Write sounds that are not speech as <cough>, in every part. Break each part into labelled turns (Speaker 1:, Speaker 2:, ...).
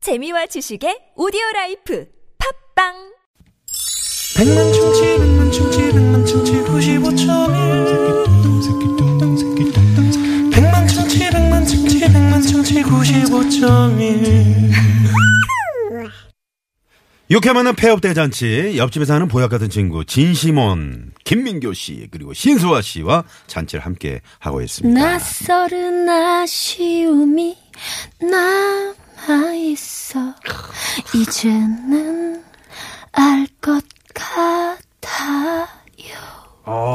Speaker 1: 재미와 지식의 오디오 라이프 팝빵!
Speaker 2: 백만 충치 백만 충치 백만 충치 95.1 백만 충치 백만 충치 백만 충치 95.1
Speaker 3: 육회만한 폐업 대잔치 옆집에서 하는 보약 같은 친구 진시몬 김민교 씨 그리고 신수아 씨와 잔치를 함께 하고 있습니다.
Speaker 4: 낯설은 아쉬움이 남아있어 이제는 알 것 같아요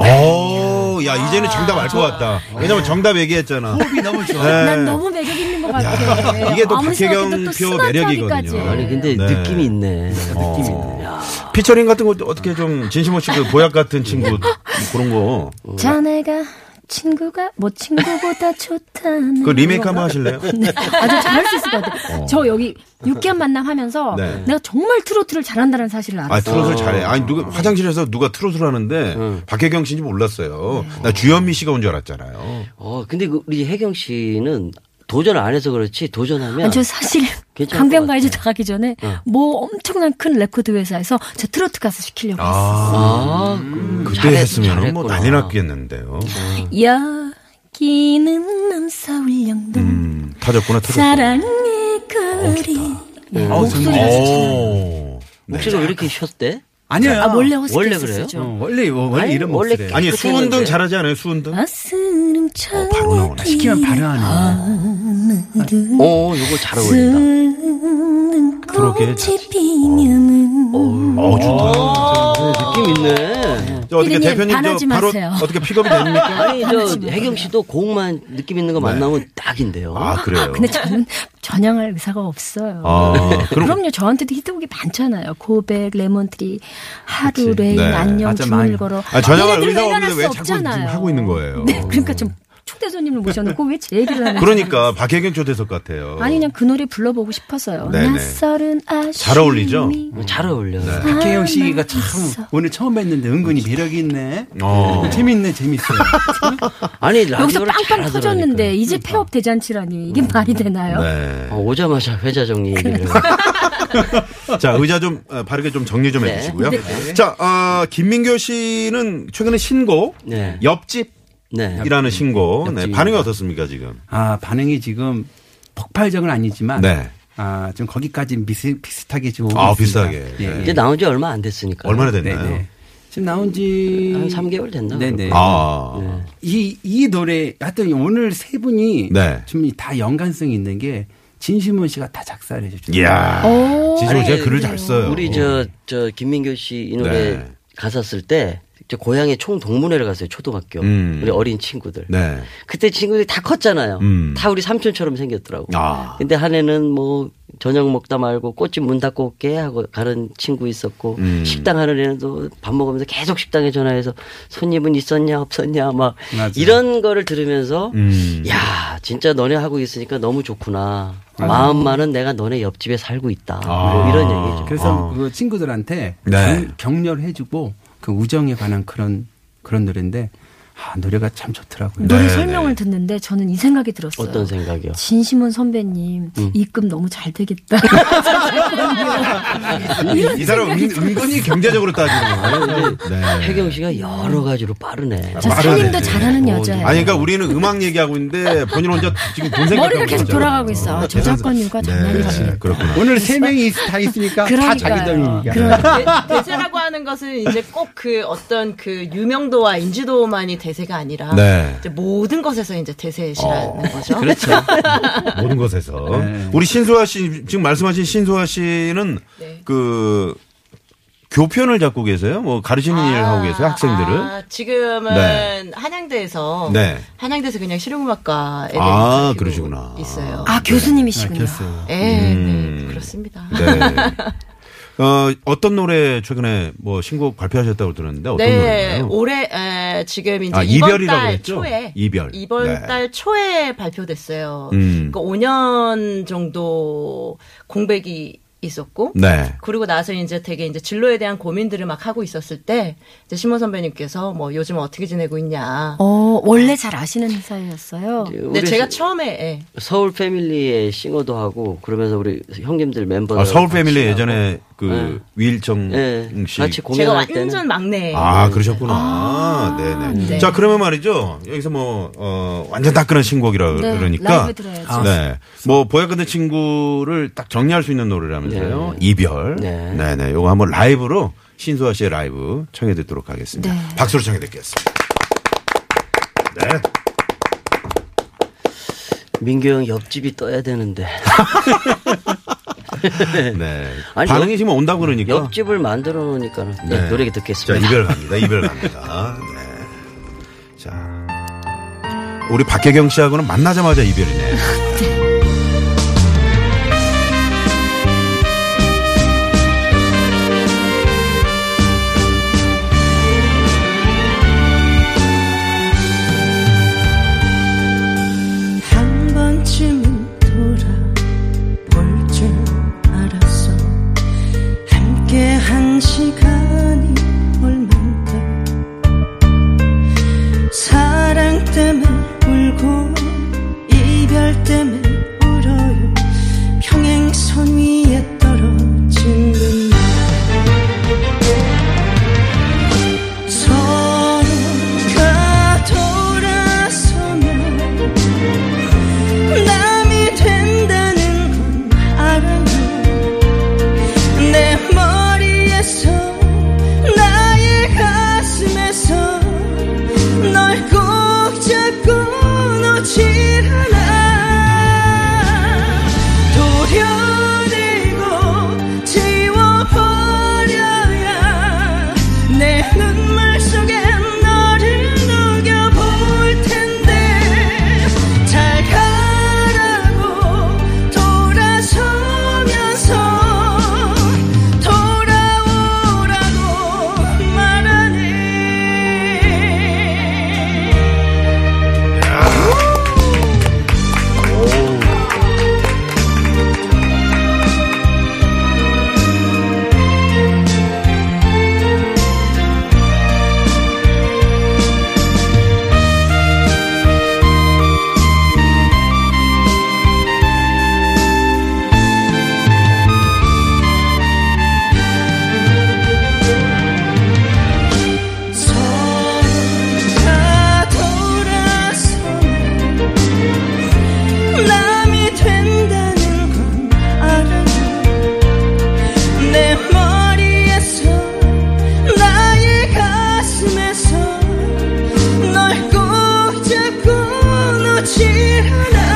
Speaker 3: 오, 야 이제는 정답 알 것 같다. 왜냐면 정답 얘기했잖아. 호흡이 너무 좋아.
Speaker 4: 난 너무 매력 있는 것 같아
Speaker 3: 이게 또
Speaker 4: 아무리
Speaker 3: 박혜경
Speaker 4: 생각해도 또
Speaker 3: 표
Speaker 4: 순한
Speaker 3: 매력이거든요.
Speaker 4: 편이까지.
Speaker 5: 아니 근데
Speaker 3: 네. 어.
Speaker 5: 느낌이 있네. 느낌이 있네. 야,
Speaker 3: 피처링 같은 거 어떻게 좀 진시몬 씨 그 보약 같은 친구 그런 거.
Speaker 4: 자네가 친구가 뭐
Speaker 3: <laughs>
Speaker 4: 친구보다 좋다는
Speaker 3: 그 리메이크 한번 하실래요?
Speaker 6: 아주 잘할 수 있을 것 같아요. 저 여기 유쾌한 만남 하면서
Speaker 3: 네.
Speaker 6: 내가 정말 트로트를 잘한다는 사실을
Speaker 3: 아,
Speaker 6: 알았어요.
Speaker 3: 트롯을 잘해. 아니, 누가, 화장실에서 누가 트롯을 하는데, 박혜경 씨인지 몰랐어요. 나 주현미 씨가 온 줄 알았잖아요.
Speaker 5: 어 근데 그 우리 혜경 씨는 도전 안 해서 그렇지 도전하면
Speaker 6: 아, 저 사실
Speaker 5: 괜찮을 것
Speaker 6: 강변가요제
Speaker 5: 같아.
Speaker 6: 나가기 전에
Speaker 3: 어.
Speaker 6: 뭐 엄청난 큰 레코드 회사에서 저 트로트 가수 시키려고 했어요.
Speaker 5: 아,
Speaker 3: 음. 그때 했으면 뭐 난리 났겠는데요.
Speaker 4: 여기는 남서울령동
Speaker 3: 음, 어, 터졌구나, 터졌구나.
Speaker 4: 사랑의 거리 네,
Speaker 5: 어,
Speaker 3: 오. 네.
Speaker 5: 목소리가 왜 이렇게 쉬었대?
Speaker 7: 아니에요.
Speaker 6: 원래
Speaker 5: 원래
Speaker 6: 허스키스
Speaker 5: 어, 그래요?
Speaker 6: 죠
Speaker 7: 어, 원래 뭐, 원래
Speaker 5: 아니,
Speaker 7: 이런
Speaker 5: 원래
Speaker 7: 목소리.
Speaker 3: 아니,
Speaker 5: 깨끗했는데.
Speaker 3: 수은등 잘하지 않아요, 수은등?
Speaker 4: 가슴
Speaker 3: 어, 바로 나오네.
Speaker 4: 창이
Speaker 7: 시키면 바로 하네.
Speaker 5: 아. 오, 요거 잘 어울린다.
Speaker 4: 드는
Speaker 3: 그러게.
Speaker 4: 꽃이 피면은
Speaker 3: 어, 좋다.
Speaker 5: 네, 느낌 있네.
Speaker 3: 저 어떻게
Speaker 6: 피디님,
Speaker 3: 대표님,
Speaker 6: 반하지
Speaker 3: 저 바로
Speaker 6: 마세요.
Speaker 3: 어떻게 픽업이
Speaker 6: <laughs>
Speaker 3: 됩니까?
Speaker 5: 아니 저 혜경 씨도 곡만 느낌 있는 거 만나면 딱인데요.
Speaker 3: 네. 아, 그래요.
Speaker 6: 근데 저는 전향할 의사가 없어요.
Speaker 3: 아, 그럼
Speaker 6: 그럼요. 저한테도 히트곡이 많잖아요. 고백, 레몬트리, 하루, 레인,
Speaker 3: 네.
Speaker 6: 안녕,
Speaker 7: 맞아,
Speaker 6: 춤을
Speaker 7: 많이.
Speaker 6: 걸어.
Speaker 3: 아, 전향할
Speaker 6: 얘네들은
Speaker 3: 의사가
Speaker 6: 외면할
Speaker 3: 없는데 왜
Speaker 6: 수
Speaker 3: 자꾸 지금
Speaker 6: 없잖아요.
Speaker 3: 하고 있는 거예요?
Speaker 6: <laughs> 네, 그러니까 좀 초대 손님을 모셔놓고 왜 제 얘기를 하는지.
Speaker 3: 그러니까 박혜경 초대석 같아요.
Speaker 6: 아니 그냥 그 노래 불러보고 싶어서요.
Speaker 3: 네네.
Speaker 4: 낯설은 아쉬움이
Speaker 3: 잘 어울리죠?
Speaker 5: 잘 어울려. 요
Speaker 3: 네.
Speaker 7: 박혜영 씨가 참 오늘 처음 뵀는데 은근히 매력이 있네.
Speaker 3: 어.
Speaker 7: 재밌네, 재밌어.
Speaker 5: 아니
Speaker 6: 여기서
Speaker 5: 라디오를
Speaker 6: 빵빵
Speaker 5: 잘하더라니까.
Speaker 6: 터졌는데 이제 폐업 대잔치라니 이게 말이 되나요?
Speaker 3: 음. 네.
Speaker 5: 어, 오자마자 회자 정리 얘기를.
Speaker 3: 자, 의자 좀 어, 바르게 좀 정리 좀
Speaker 5: 네.
Speaker 3: 해주시고요. 자, 아, 김민교 씨는 최근에 신곡
Speaker 5: 네.
Speaker 3: 옆집이라는
Speaker 5: 네.
Speaker 3: 신곡 네,
Speaker 5: 옆집.
Speaker 3: 반응이 어떻습니까 지금?
Speaker 7: 아, 반응이 지금 폭발적은 아니지만.
Speaker 3: 네.
Speaker 7: 아, 좀 거기까지 미스, 비슷하게 지금 오고
Speaker 3: 아,
Speaker 7: 있습니다.
Speaker 3: 비슷하게.
Speaker 7: 예, 예.
Speaker 5: 이제 나온 지 얼마 안 됐으니까.
Speaker 3: 얼마나
Speaker 7: 네,
Speaker 3: 됐나요?
Speaker 7: 네. 지금 나온 지.
Speaker 5: 한 3개월 됐나?
Speaker 7: 네네.
Speaker 3: 아,
Speaker 7: 이, 이 노래, 하여튼 오늘 세 분이
Speaker 3: 네.
Speaker 7: 좀 다 연관성이 있는 게 진심원 씨가 다 작사를 해주셨어요.
Speaker 3: 이야. 지금
Speaker 5: 아니,
Speaker 3: 제가 글을 잘 써요. 어.
Speaker 5: 우리 저, 저, 김민교 씨 이 노래
Speaker 3: 네.
Speaker 5: 가사 쓸 때, 저 고향에 총동문회를 갔어요, 초등학교.
Speaker 3: 음.
Speaker 5: 우리 어린 친구들.
Speaker 3: 네.
Speaker 5: 그때 친구들이 다 컸잖아요.
Speaker 3: 음.
Speaker 5: 다 우리 삼촌처럼 생겼더라고.
Speaker 3: 아.
Speaker 5: 근데 한 애는 뭐, 저녁 먹다 말고 꽃집 문 닫고 올게 하고 가는 친구 있었고,
Speaker 3: 음.
Speaker 5: 식당 하는 애는 또 밥 먹으면서 계속 식당에 전화해서 손님은 있었냐, 없었냐, 막
Speaker 7: 맞아.
Speaker 5: 이런 거를 들으면서,
Speaker 3: 음.
Speaker 5: 야, 진짜 너네 하고 있으니까 너무 좋구나. 마음만은 내가 너네 옆집에 살고 있다. 뭐
Speaker 3: 아.
Speaker 5: 이런 얘기죠.
Speaker 7: 그래서 그 친구들한테
Speaker 3: 네.
Speaker 7: 경- 격려를 해주고 그 우정에 관한 그런 그런 노래인데 아, 노래가 참 좋더라고요.
Speaker 6: 노래
Speaker 3: 네,
Speaker 6: 설명을 듣는데 저는 이 생각이 들었어요.
Speaker 5: 어떤 생각이요? 음.
Speaker 6: 진심원 선배님 입금 너무
Speaker 3: <laughs>
Speaker 6: 잘 되겠다.
Speaker 3: 이 사람 은, 은근히 경제적으로 따지는 거예요. 네.
Speaker 5: 혜경 씨가 여러 가지로 빠르네.
Speaker 6: 저
Speaker 3: 말은
Speaker 6: 살림도
Speaker 3: 안 해.
Speaker 6: 잘하는
Speaker 5: 어,
Speaker 6: 여자예요.
Speaker 5: 네.
Speaker 3: 아니 그러니까 우리는 음악 얘기하고 있는데 본인 혼자 지금 돈 생각하고
Speaker 6: 머리가 계속
Speaker 3: 있잖아요.
Speaker 6: 돌아가고 있어. 저작권료가 장난이 아니에요.
Speaker 3: 네, 그렇구나.
Speaker 7: 오늘 세 명이 있- 다 있으니까 다 자기
Speaker 6: 그러니까요.
Speaker 7: 덕입니다.
Speaker 8: 대- 대세라고 하는 것은 이제 꼭 그 어떤 그 유명도와 인지도만이 대세가 아니라
Speaker 3: 네. 어,
Speaker 8: 이제 모든 것에서 이제 대세시라는 거죠.
Speaker 7: 그렇죠.
Speaker 3: 모든 것에서
Speaker 7: 네.
Speaker 3: 우리 신소아 씨 지금 말씀하신 신소아 씨는
Speaker 8: 네.
Speaker 3: 그 교편을 잡고 계세요? 뭐 가르치는
Speaker 6: 아.
Speaker 3: 일을 하고 계세요? 학생들을?
Speaker 8: 아, 지금은
Speaker 3: 네.
Speaker 8: 한양대에서
Speaker 3: 네.
Speaker 8: 한양대에서 그냥 실용음악과 애들
Speaker 3: 아,
Speaker 8: 가르치고
Speaker 3: 그러시구나.
Speaker 8: 있어요.
Speaker 6: 아
Speaker 3: 네.
Speaker 7: 네,
Speaker 6: 교수님이시군요.
Speaker 8: 예,
Speaker 3: 음.
Speaker 8: 네, 그렇습니다.
Speaker 3: 네. <laughs> 어, 어떤 노래 최근에 뭐 신곡 발표하셨다고 들었는데 어떤
Speaker 8: 네,
Speaker 3: 노래인가요?
Speaker 8: 올해 에, 지금 이제
Speaker 3: 아,
Speaker 8: 이번
Speaker 3: 이별이라고
Speaker 8: 달
Speaker 3: 그랬죠?
Speaker 8: 초에
Speaker 3: 이별.
Speaker 8: 이번
Speaker 3: 네.
Speaker 8: 달
Speaker 6: 그
Speaker 8: 초에 발표됐어요.
Speaker 3: 음.
Speaker 8: 그러니까 5년 정도 공백이 있었고
Speaker 3: 네.
Speaker 8: 그리고 나서 이제 되게 이제 진로에 대한 고민들을 막 하고 있었을 때 이제 신문 선배님께서 뭐 요즘 어떻게 지내고 있냐.
Speaker 6: 어, 원래 잘 아시는 사이였어요.
Speaker 8: 근데
Speaker 5: 우리
Speaker 8: 네, 제가
Speaker 5: 시-
Speaker 8: 처음에 예.
Speaker 5: 서울 패밀리의 싱어도 하고 그러면서 우리 형님들 멤버들
Speaker 3: 아, 서울
Speaker 5: 같이
Speaker 3: 패밀리
Speaker 5: 하고.
Speaker 3: 예전에 그 위일정
Speaker 5: 예,
Speaker 3: 씨.
Speaker 5: 같이
Speaker 8: 제가
Speaker 5: 공연할 때는
Speaker 8: 완전 막내.
Speaker 3: 아, 그러셨구나. 음. 네네.
Speaker 8: 네.
Speaker 3: 자, 그러면 말이죠. 여기서 뭐, 어, 완전 따끈한 신곡이라
Speaker 6: 네,
Speaker 3: 그러니까.
Speaker 6: 라이브 들어야죠.
Speaker 3: 네. 뭐, 보약 같은 친구를 딱 정리할 수 있는 노래라면서요. 이별.
Speaker 5: 네.
Speaker 3: 네. 네 요거 한번 라이브로 신수아 씨의 라이브 청해 듣도록 하겠습니다.
Speaker 6: 네.
Speaker 3: 박수로 청해 듣겠습니다. 네.
Speaker 5: 민규 형 옆집이 떠야 되는데
Speaker 3: 네.
Speaker 5: 아니,
Speaker 3: 반응이
Speaker 5: 옆-
Speaker 3: 지금 온다고 그러니까.
Speaker 5: 옆집을 만들어 놓으니까는 네,
Speaker 3: 네.
Speaker 5: 노래
Speaker 3: 자,
Speaker 5: 듣겠습니다.
Speaker 3: 이별 갑니다.
Speaker 5: <laughs>
Speaker 3: 이별 갑니다. 네. 자. 우리 박혜경 씨하고는 만나자마자 이별이네.
Speaker 4: 한 번쯤은 돌아볼 줄 알았어 함께 한 시간이 얼만데 사랑 때문에 울고 이별 때문에 울어요 평행선 위에 떨어진 눈물 서로가 돌아서면 남이 된다는 건 알아요 내 머리에서 나의 가슴에서 널 꼭 잡고 놓질 않아 도려내고 지워버려야 내 눈물 속에 너를 녹여볼 텐데 잘 가라고 돌아서면서 돌아오라고 말하네 서로가 돌아서면 남이 된다는 건 알아요 내 머리에서 나의 가슴에서 널 꼭 잡고 놓질 않아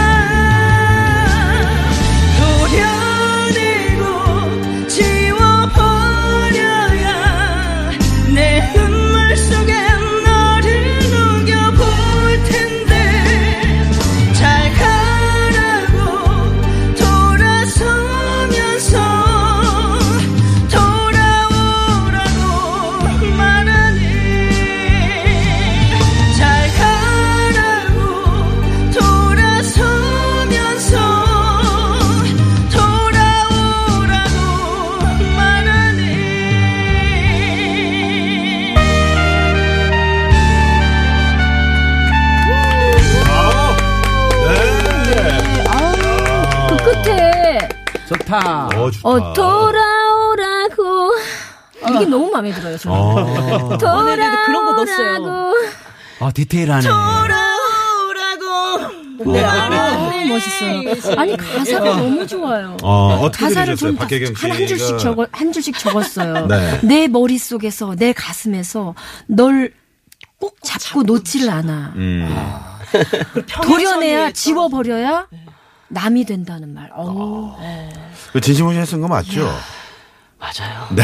Speaker 4: 도려내고 지워버려야 내 눈물 속에 너를 녹여볼 텐데 잘 가라고 돌아서면서 돌아오라고 말하네 잘 가라고 돌아서면서 돌아오라고 말하네
Speaker 3: 네.
Speaker 6: 그 끝에
Speaker 7: 좋다.
Speaker 3: 어, 좋다.
Speaker 6: 어 돌아오라고 이게 너무 마음에 들어요. 저는.
Speaker 3: 아.
Speaker 8: 네, 네, 네, 그런 거 넣었어요.
Speaker 6: 돌아오라고
Speaker 7: 아, 디테일하네.
Speaker 8: 돌아오라고 내
Speaker 6: 너무 어, 멋있어요. 아니 가사가 너무 좋아요.
Speaker 3: 네. 어, 어떻게
Speaker 6: 가사를
Speaker 3: 들으셨어요?
Speaker 6: 좀
Speaker 3: 박혜경 씨가.
Speaker 6: 한 줄씩 적어 한 줄씩
Speaker 3: <laughs>
Speaker 6: 적었어요.
Speaker 3: 네.
Speaker 6: 내 머릿속에서 내 가슴에서 널 꼭 잡고 놓지를 않아.
Speaker 3: 음.
Speaker 4: 그
Speaker 6: 도려내야 지워버려야 남이 된다는 말. 어우.
Speaker 3: 그 진심으로 했은 거 맞죠?
Speaker 5: 맞아요.
Speaker 3: 네.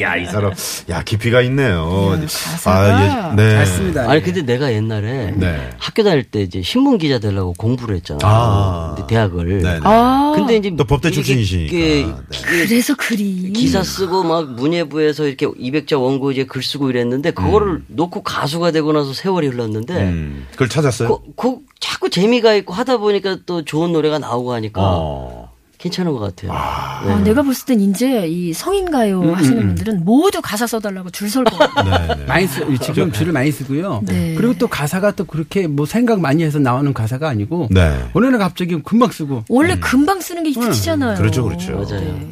Speaker 3: 야, 이 사람. 야, 깊이가 있네요. 어,
Speaker 6: 가사가
Speaker 3: 예, 네.
Speaker 7: 맞습니다.
Speaker 5: 아니 그 근데 내가 옛날에
Speaker 3: 네.
Speaker 5: 학교 다닐 때 이제 신문 기자 되려고 공부를 했잖아요.
Speaker 3: 아.
Speaker 5: 근데 대학을.
Speaker 3: 네, 네.
Speaker 6: 아,
Speaker 5: 근데 이제
Speaker 3: 또 법대
Speaker 5: 이렇게
Speaker 3: 출신이시니까.
Speaker 5: 이게
Speaker 3: 네.
Speaker 6: 그래서 그리.
Speaker 3: 음.
Speaker 5: 기사 쓰고 막 문예부에서 이렇게 200자 원고 이제 글 쓰고 이랬는데 그거를 놓고 가수가 되고 나서 세월이
Speaker 6: 네.
Speaker 5: 흘렀는데
Speaker 3: 음. 그걸 찾았어요?
Speaker 5: 그, 그 자꾸 재미가 있고 하다 보니까 또 좋은 노래가 나오고 하니까
Speaker 3: 어.
Speaker 5: 괜찮은 것 같아요.
Speaker 6: 아, 내가 봤을 땐 이제 이 성인가요 하시는 분들은 모두 가사 써달라고 줄 설 것 같아요.
Speaker 3: 네.
Speaker 7: 많이 쓰, 지금 줄을 많이 쓰고요.
Speaker 6: 네.
Speaker 7: 그리고 또 가사가 또 그렇게 뭐 생각 많이 해서 나오는 가사가 아니고
Speaker 3: 네.
Speaker 7: 어느 날 갑자기 금방 쓰고
Speaker 6: 원래 금방 쓰는 게 히트치잖아요.
Speaker 3: 그렇죠, 그렇죠.
Speaker 5: 맞아요.
Speaker 3: 네.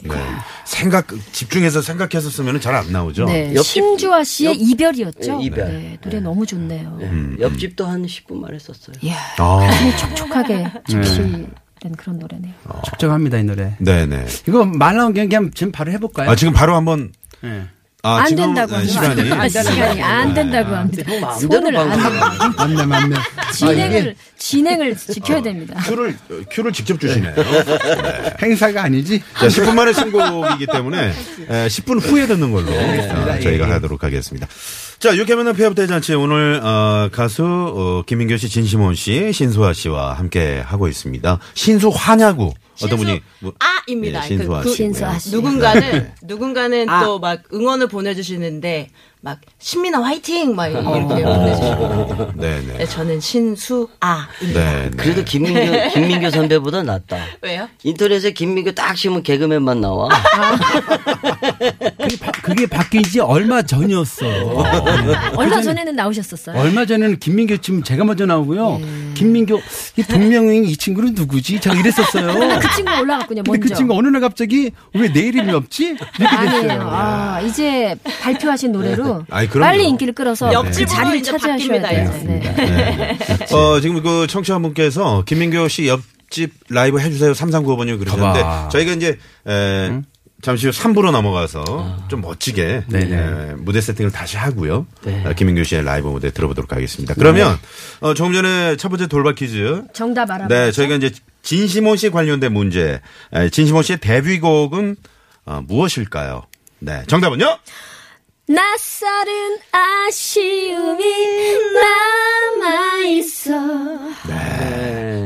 Speaker 3: 생각 집중해서 생각해서 쓰면 잘 안 나오죠.
Speaker 6: 네,
Speaker 5: 옆집-
Speaker 6: 심주아 씨의
Speaker 5: 옆-
Speaker 6: 이별이었죠.
Speaker 5: 예, 이별.
Speaker 6: 네, 노래 너무 좋네요.
Speaker 3: 음,
Speaker 5: 예. 옆집도 한 10분 만에 썼어요.
Speaker 6: 이야,
Speaker 3: 아.
Speaker 6: 가슴이 촉촉하게 접시된 그런 노래네요.
Speaker 7: 어. 축적합니다 이 노래.
Speaker 3: 네, 네.
Speaker 7: 이거 말 나온 게 그냥 지금 바로 해볼까요?
Speaker 3: 아 지금 바로 한번
Speaker 7: 예.
Speaker 3: 아,
Speaker 6: 안
Speaker 3: 지금
Speaker 6: 된다고
Speaker 3: 네,
Speaker 6: 합니다.
Speaker 3: 시간이
Speaker 6: 아, 시간이 안 된다고 합니다.
Speaker 5: 마음대로
Speaker 6: 손을 안
Speaker 5: 방송.
Speaker 6: 대요.
Speaker 7: 맞네 맞네.
Speaker 6: 진행을 진행을 지켜야 됩니다.
Speaker 3: 큐를 어, 큐를 직접 주시네요.
Speaker 7: 아, 예. 행사가 아니지?
Speaker 3: 자, 10분 만에 신곡이기 때문에 에, 10분 후에 듣는 걸로 어, 저희가
Speaker 7: 예, 예.
Speaker 3: 하도록 하겠습니다. 자, 유쾌만한 폐업 대잔치 오늘 어, 가수 어, 김민교 씨, 진시몬 씨, 신수아 씨와 함께 하고 있습니다. 신수화냐고 어떤 분이 뭐-
Speaker 8: 아입니다.
Speaker 3: 예, 신수아
Speaker 8: 그-
Speaker 3: 씨.
Speaker 6: 신수아 씨.
Speaker 8: 누군가는 누군가는 또 막 응원을 보내주시는데 막 신민아 화이팅 막 이렇게 보내주시고
Speaker 3: <laughs> 네, 네.
Speaker 8: 네, 저는 신수아입니다.
Speaker 3: 네. 네.
Speaker 5: 그래도 김민교,
Speaker 3: <laughs>
Speaker 5: 김민교 선배보다 낫다.
Speaker 8: 왜요?
Speaker 5: 인터넷에 김민교 딱 치면 개그맨만 나와.
Speaker 3: <laughs>
Speaker 7: 그게, 바, 그게 바뀐 지 얼마 전이었어. 예.
Speaker 6: 얼마 전에는 <laughs> 나오셨었어요.
Speaker 7: 얼마 전에는 김민교 지금 제가 먼저 나오고요.
Speaker 6: 예.
Speaker 7: 김민교 이 동명인 이 친구는 누구지? 제가 이랬었어요.
Speaker 6: 그 친구 올라갔군요.
Speaker 7: 근데
Speaker 6: 먼저.
Speaker 7: 그 친구 어느 날 갑자기 왜 내 이름이 없지? 이렇게
Speaker 6: 아니에요.
Speaker 7: 됐어요.
Speaker 6: 아, 이제 발표하신 노래로
Speaker 3: 아이, 그럼요.
Speaker 6: 빨리 인기를 끌어서 그
Speaker 8: 옆집으로
Speaker 6: 자리를
Speaker 8: 이제
Speaker 6: 차지하셔야
Speaker 8: 바뀝니다,
Speaker 6: 돼요.
Speaker 8: 이제.
Speaker 6: 네.
Speaker 3: 네, 네. 어, 지금 그 청취자분께서 김민교 씨 옆집 라이브 해주세요. 3395번님 그러셨는데
Speaker 7: 봐봐.
Speaker 3: 저희가 이제 에, 잠시 후 3부로 넘어가서 좀 멋지게
Speaker 7: 네, 네.
Speaker 3: 에, 무대 세팅을 다시 하고요.
Speaker 5: 네.
Speaker 3: 어, 김민교 씨의 라이브 무대 들어보도록 하겠습니다. 그러면 어, 조금 전에 첫 번째 돌발 퀴즈.
Speaker 6: 정답 알아봐.
Speaker 3: 네, 저희가 이제 진시몬 씨 관련된 문제. 에, 진시몬 씨의 데뷔곡은 어, 무엇일까요? 네, 정답은요?
Speaker 1: 낯설은 아쉬움이 남아있어.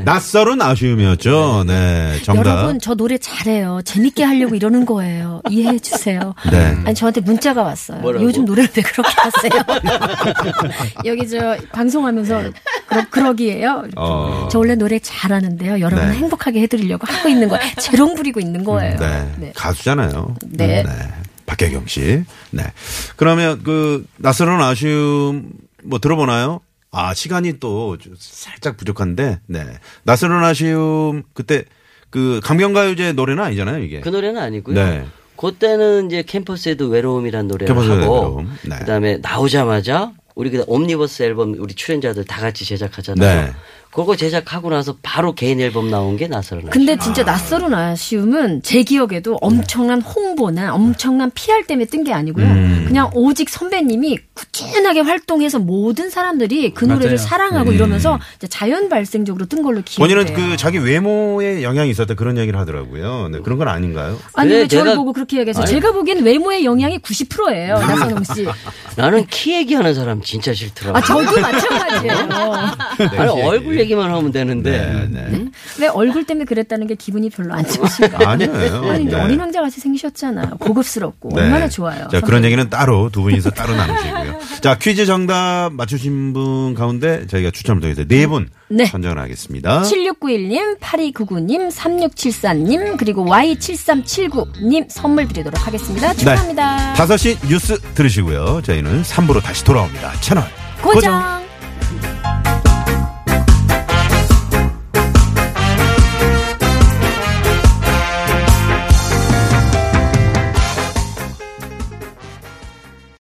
Speaker 3: 낯설은 아쉬움이었죠. 네, 정답.
Speaker 6: 여러분 저 노래 잘해요. 재밌게 하려고 이러는 거예요. 이해해 주세요.
Speaker 3: 네.
Speaker 6: 아니 저한테 문자가 왔어요.
Speaker 5: 뭐라고?
Speaker 6: 요즘 노래를 왜 그렇게 하세요? <laughs> 여기 저 방송하면서 그러, 그러기예요. 이렇게.
Speaker 3: 어.
Speaker 6: 저 원래 노래 잘하는데요. 여러분
Speaker 3: 네.
Speaker 6: 행복하게 해드리려고 하고
Speaker 3: <laughs>
Speaker 6: 있는 거예요. 재롱 부리고 있는 거예요.
Speaker 3: 네. 가수잖아요. 음,
Speaker 6: 네.
Speaker 3: 박혜경 씨. 네. 그러면 그 낯설은 아쉬움 뭐 들어보나요? 아, 시간이 또좀 살짝 부족한데. 네. 낯설은 아쉬움 그때 그 강변가요제 노래는 아니잖아요, 이게.
Speaker 5: 그 노래는 아니고요.
Speaker 3: 네.
Speaker 5: 그때는 이제 캠퍼스에도 외로움이라는 노래를
Speaker 3: 캠퍼스에도
Speaker 5: 하고
Speaker 3: 외로움. 네.
Speaker 5: 그다음에 나오자마자 우리 그 옴니버스 앨범 우리 출연자들 다 같이 제작하잖아요.
Speaker 3: 네.
Speaker 5: 그거 제작하고 나서 바로 개인 앨범 나온 게 나서는
Speaker 6: 근데 진짜 낯설은 아쉬움은 제
Speaker 3: 네.
Speaker 6: 기억에도 엄청난 홍보나 엄청난 PR 때문에 뜬 게 아니고요.
Speaker 3: 음.
Speaker 6: 그냥 오직 선배님이 꾸준하게 활동해서 모든 사람들이 그 노래를
Speaker 7: 맞아요.
Speaker 6: 사랑하고 이러면서 이제 자연 발생적으로 뜬 걸로 기억해요.
Speaker 3: 음. 본인은 그 자기 외모에 영향이 있었다 그런 얘기를 하더라고요. 네, 그런 건 아닌가요?
Speaker 6: 아니 왜
Speaker 5: 그래,
Speaker 6: 저를
Speaker 5: 네, 내가-
Speaker 6: 보고 그렇게 얘기해서
Speaker 5: 아니.
Speaker 6: 제가 보기엔 외모의 영향이 90%예요. 나선홍 씨.
Speaker 5: 나는 키 얘기하는 사람 진짜 싫더라고.
Speaker 6: 아 저도 마찬가지예요.
Speaker 3: <laughs>
Speaker 5: 아니
Speaker 3: 네.
Speaker 5: 얼굴 얘기만 하면 되는데
Speaker 6: 왜 얼굴 때문에 그랬다는 게 기분이 별로 안 좋으신가요?
Speaker 3: 아니에요.
Speaker 6: 아니
Speaker 3: 네.
Speaker 6: 어린 왕자 같이 생기셨잖아요. 고급스럽고
Speaker 3: 네.
Speaker 6: 얼마나 좋아요.
Speaker 3: 자, 그런 얘기는 따로 두 분이서 따로
Speaker 6: <laughs>
Speaker 3: 나누시고요. 자, 퀴즈 정답 맞추신 분 가운데 저희가 추첨을 통해서 네 분
Speaker 6: 네.
Speaker 3: 선정을 하겠습니다.
Speaker 6: 7691님, 8299님, 3674님, 그리고 Y7379님 선물 드리도록 하겠습니다. 축하합니다.
Speaker 3: 네. 5시 뉴스 들으시고요. 저희는 3부로 다시 돌아옵니다. 채널
Speaker 6: 고정.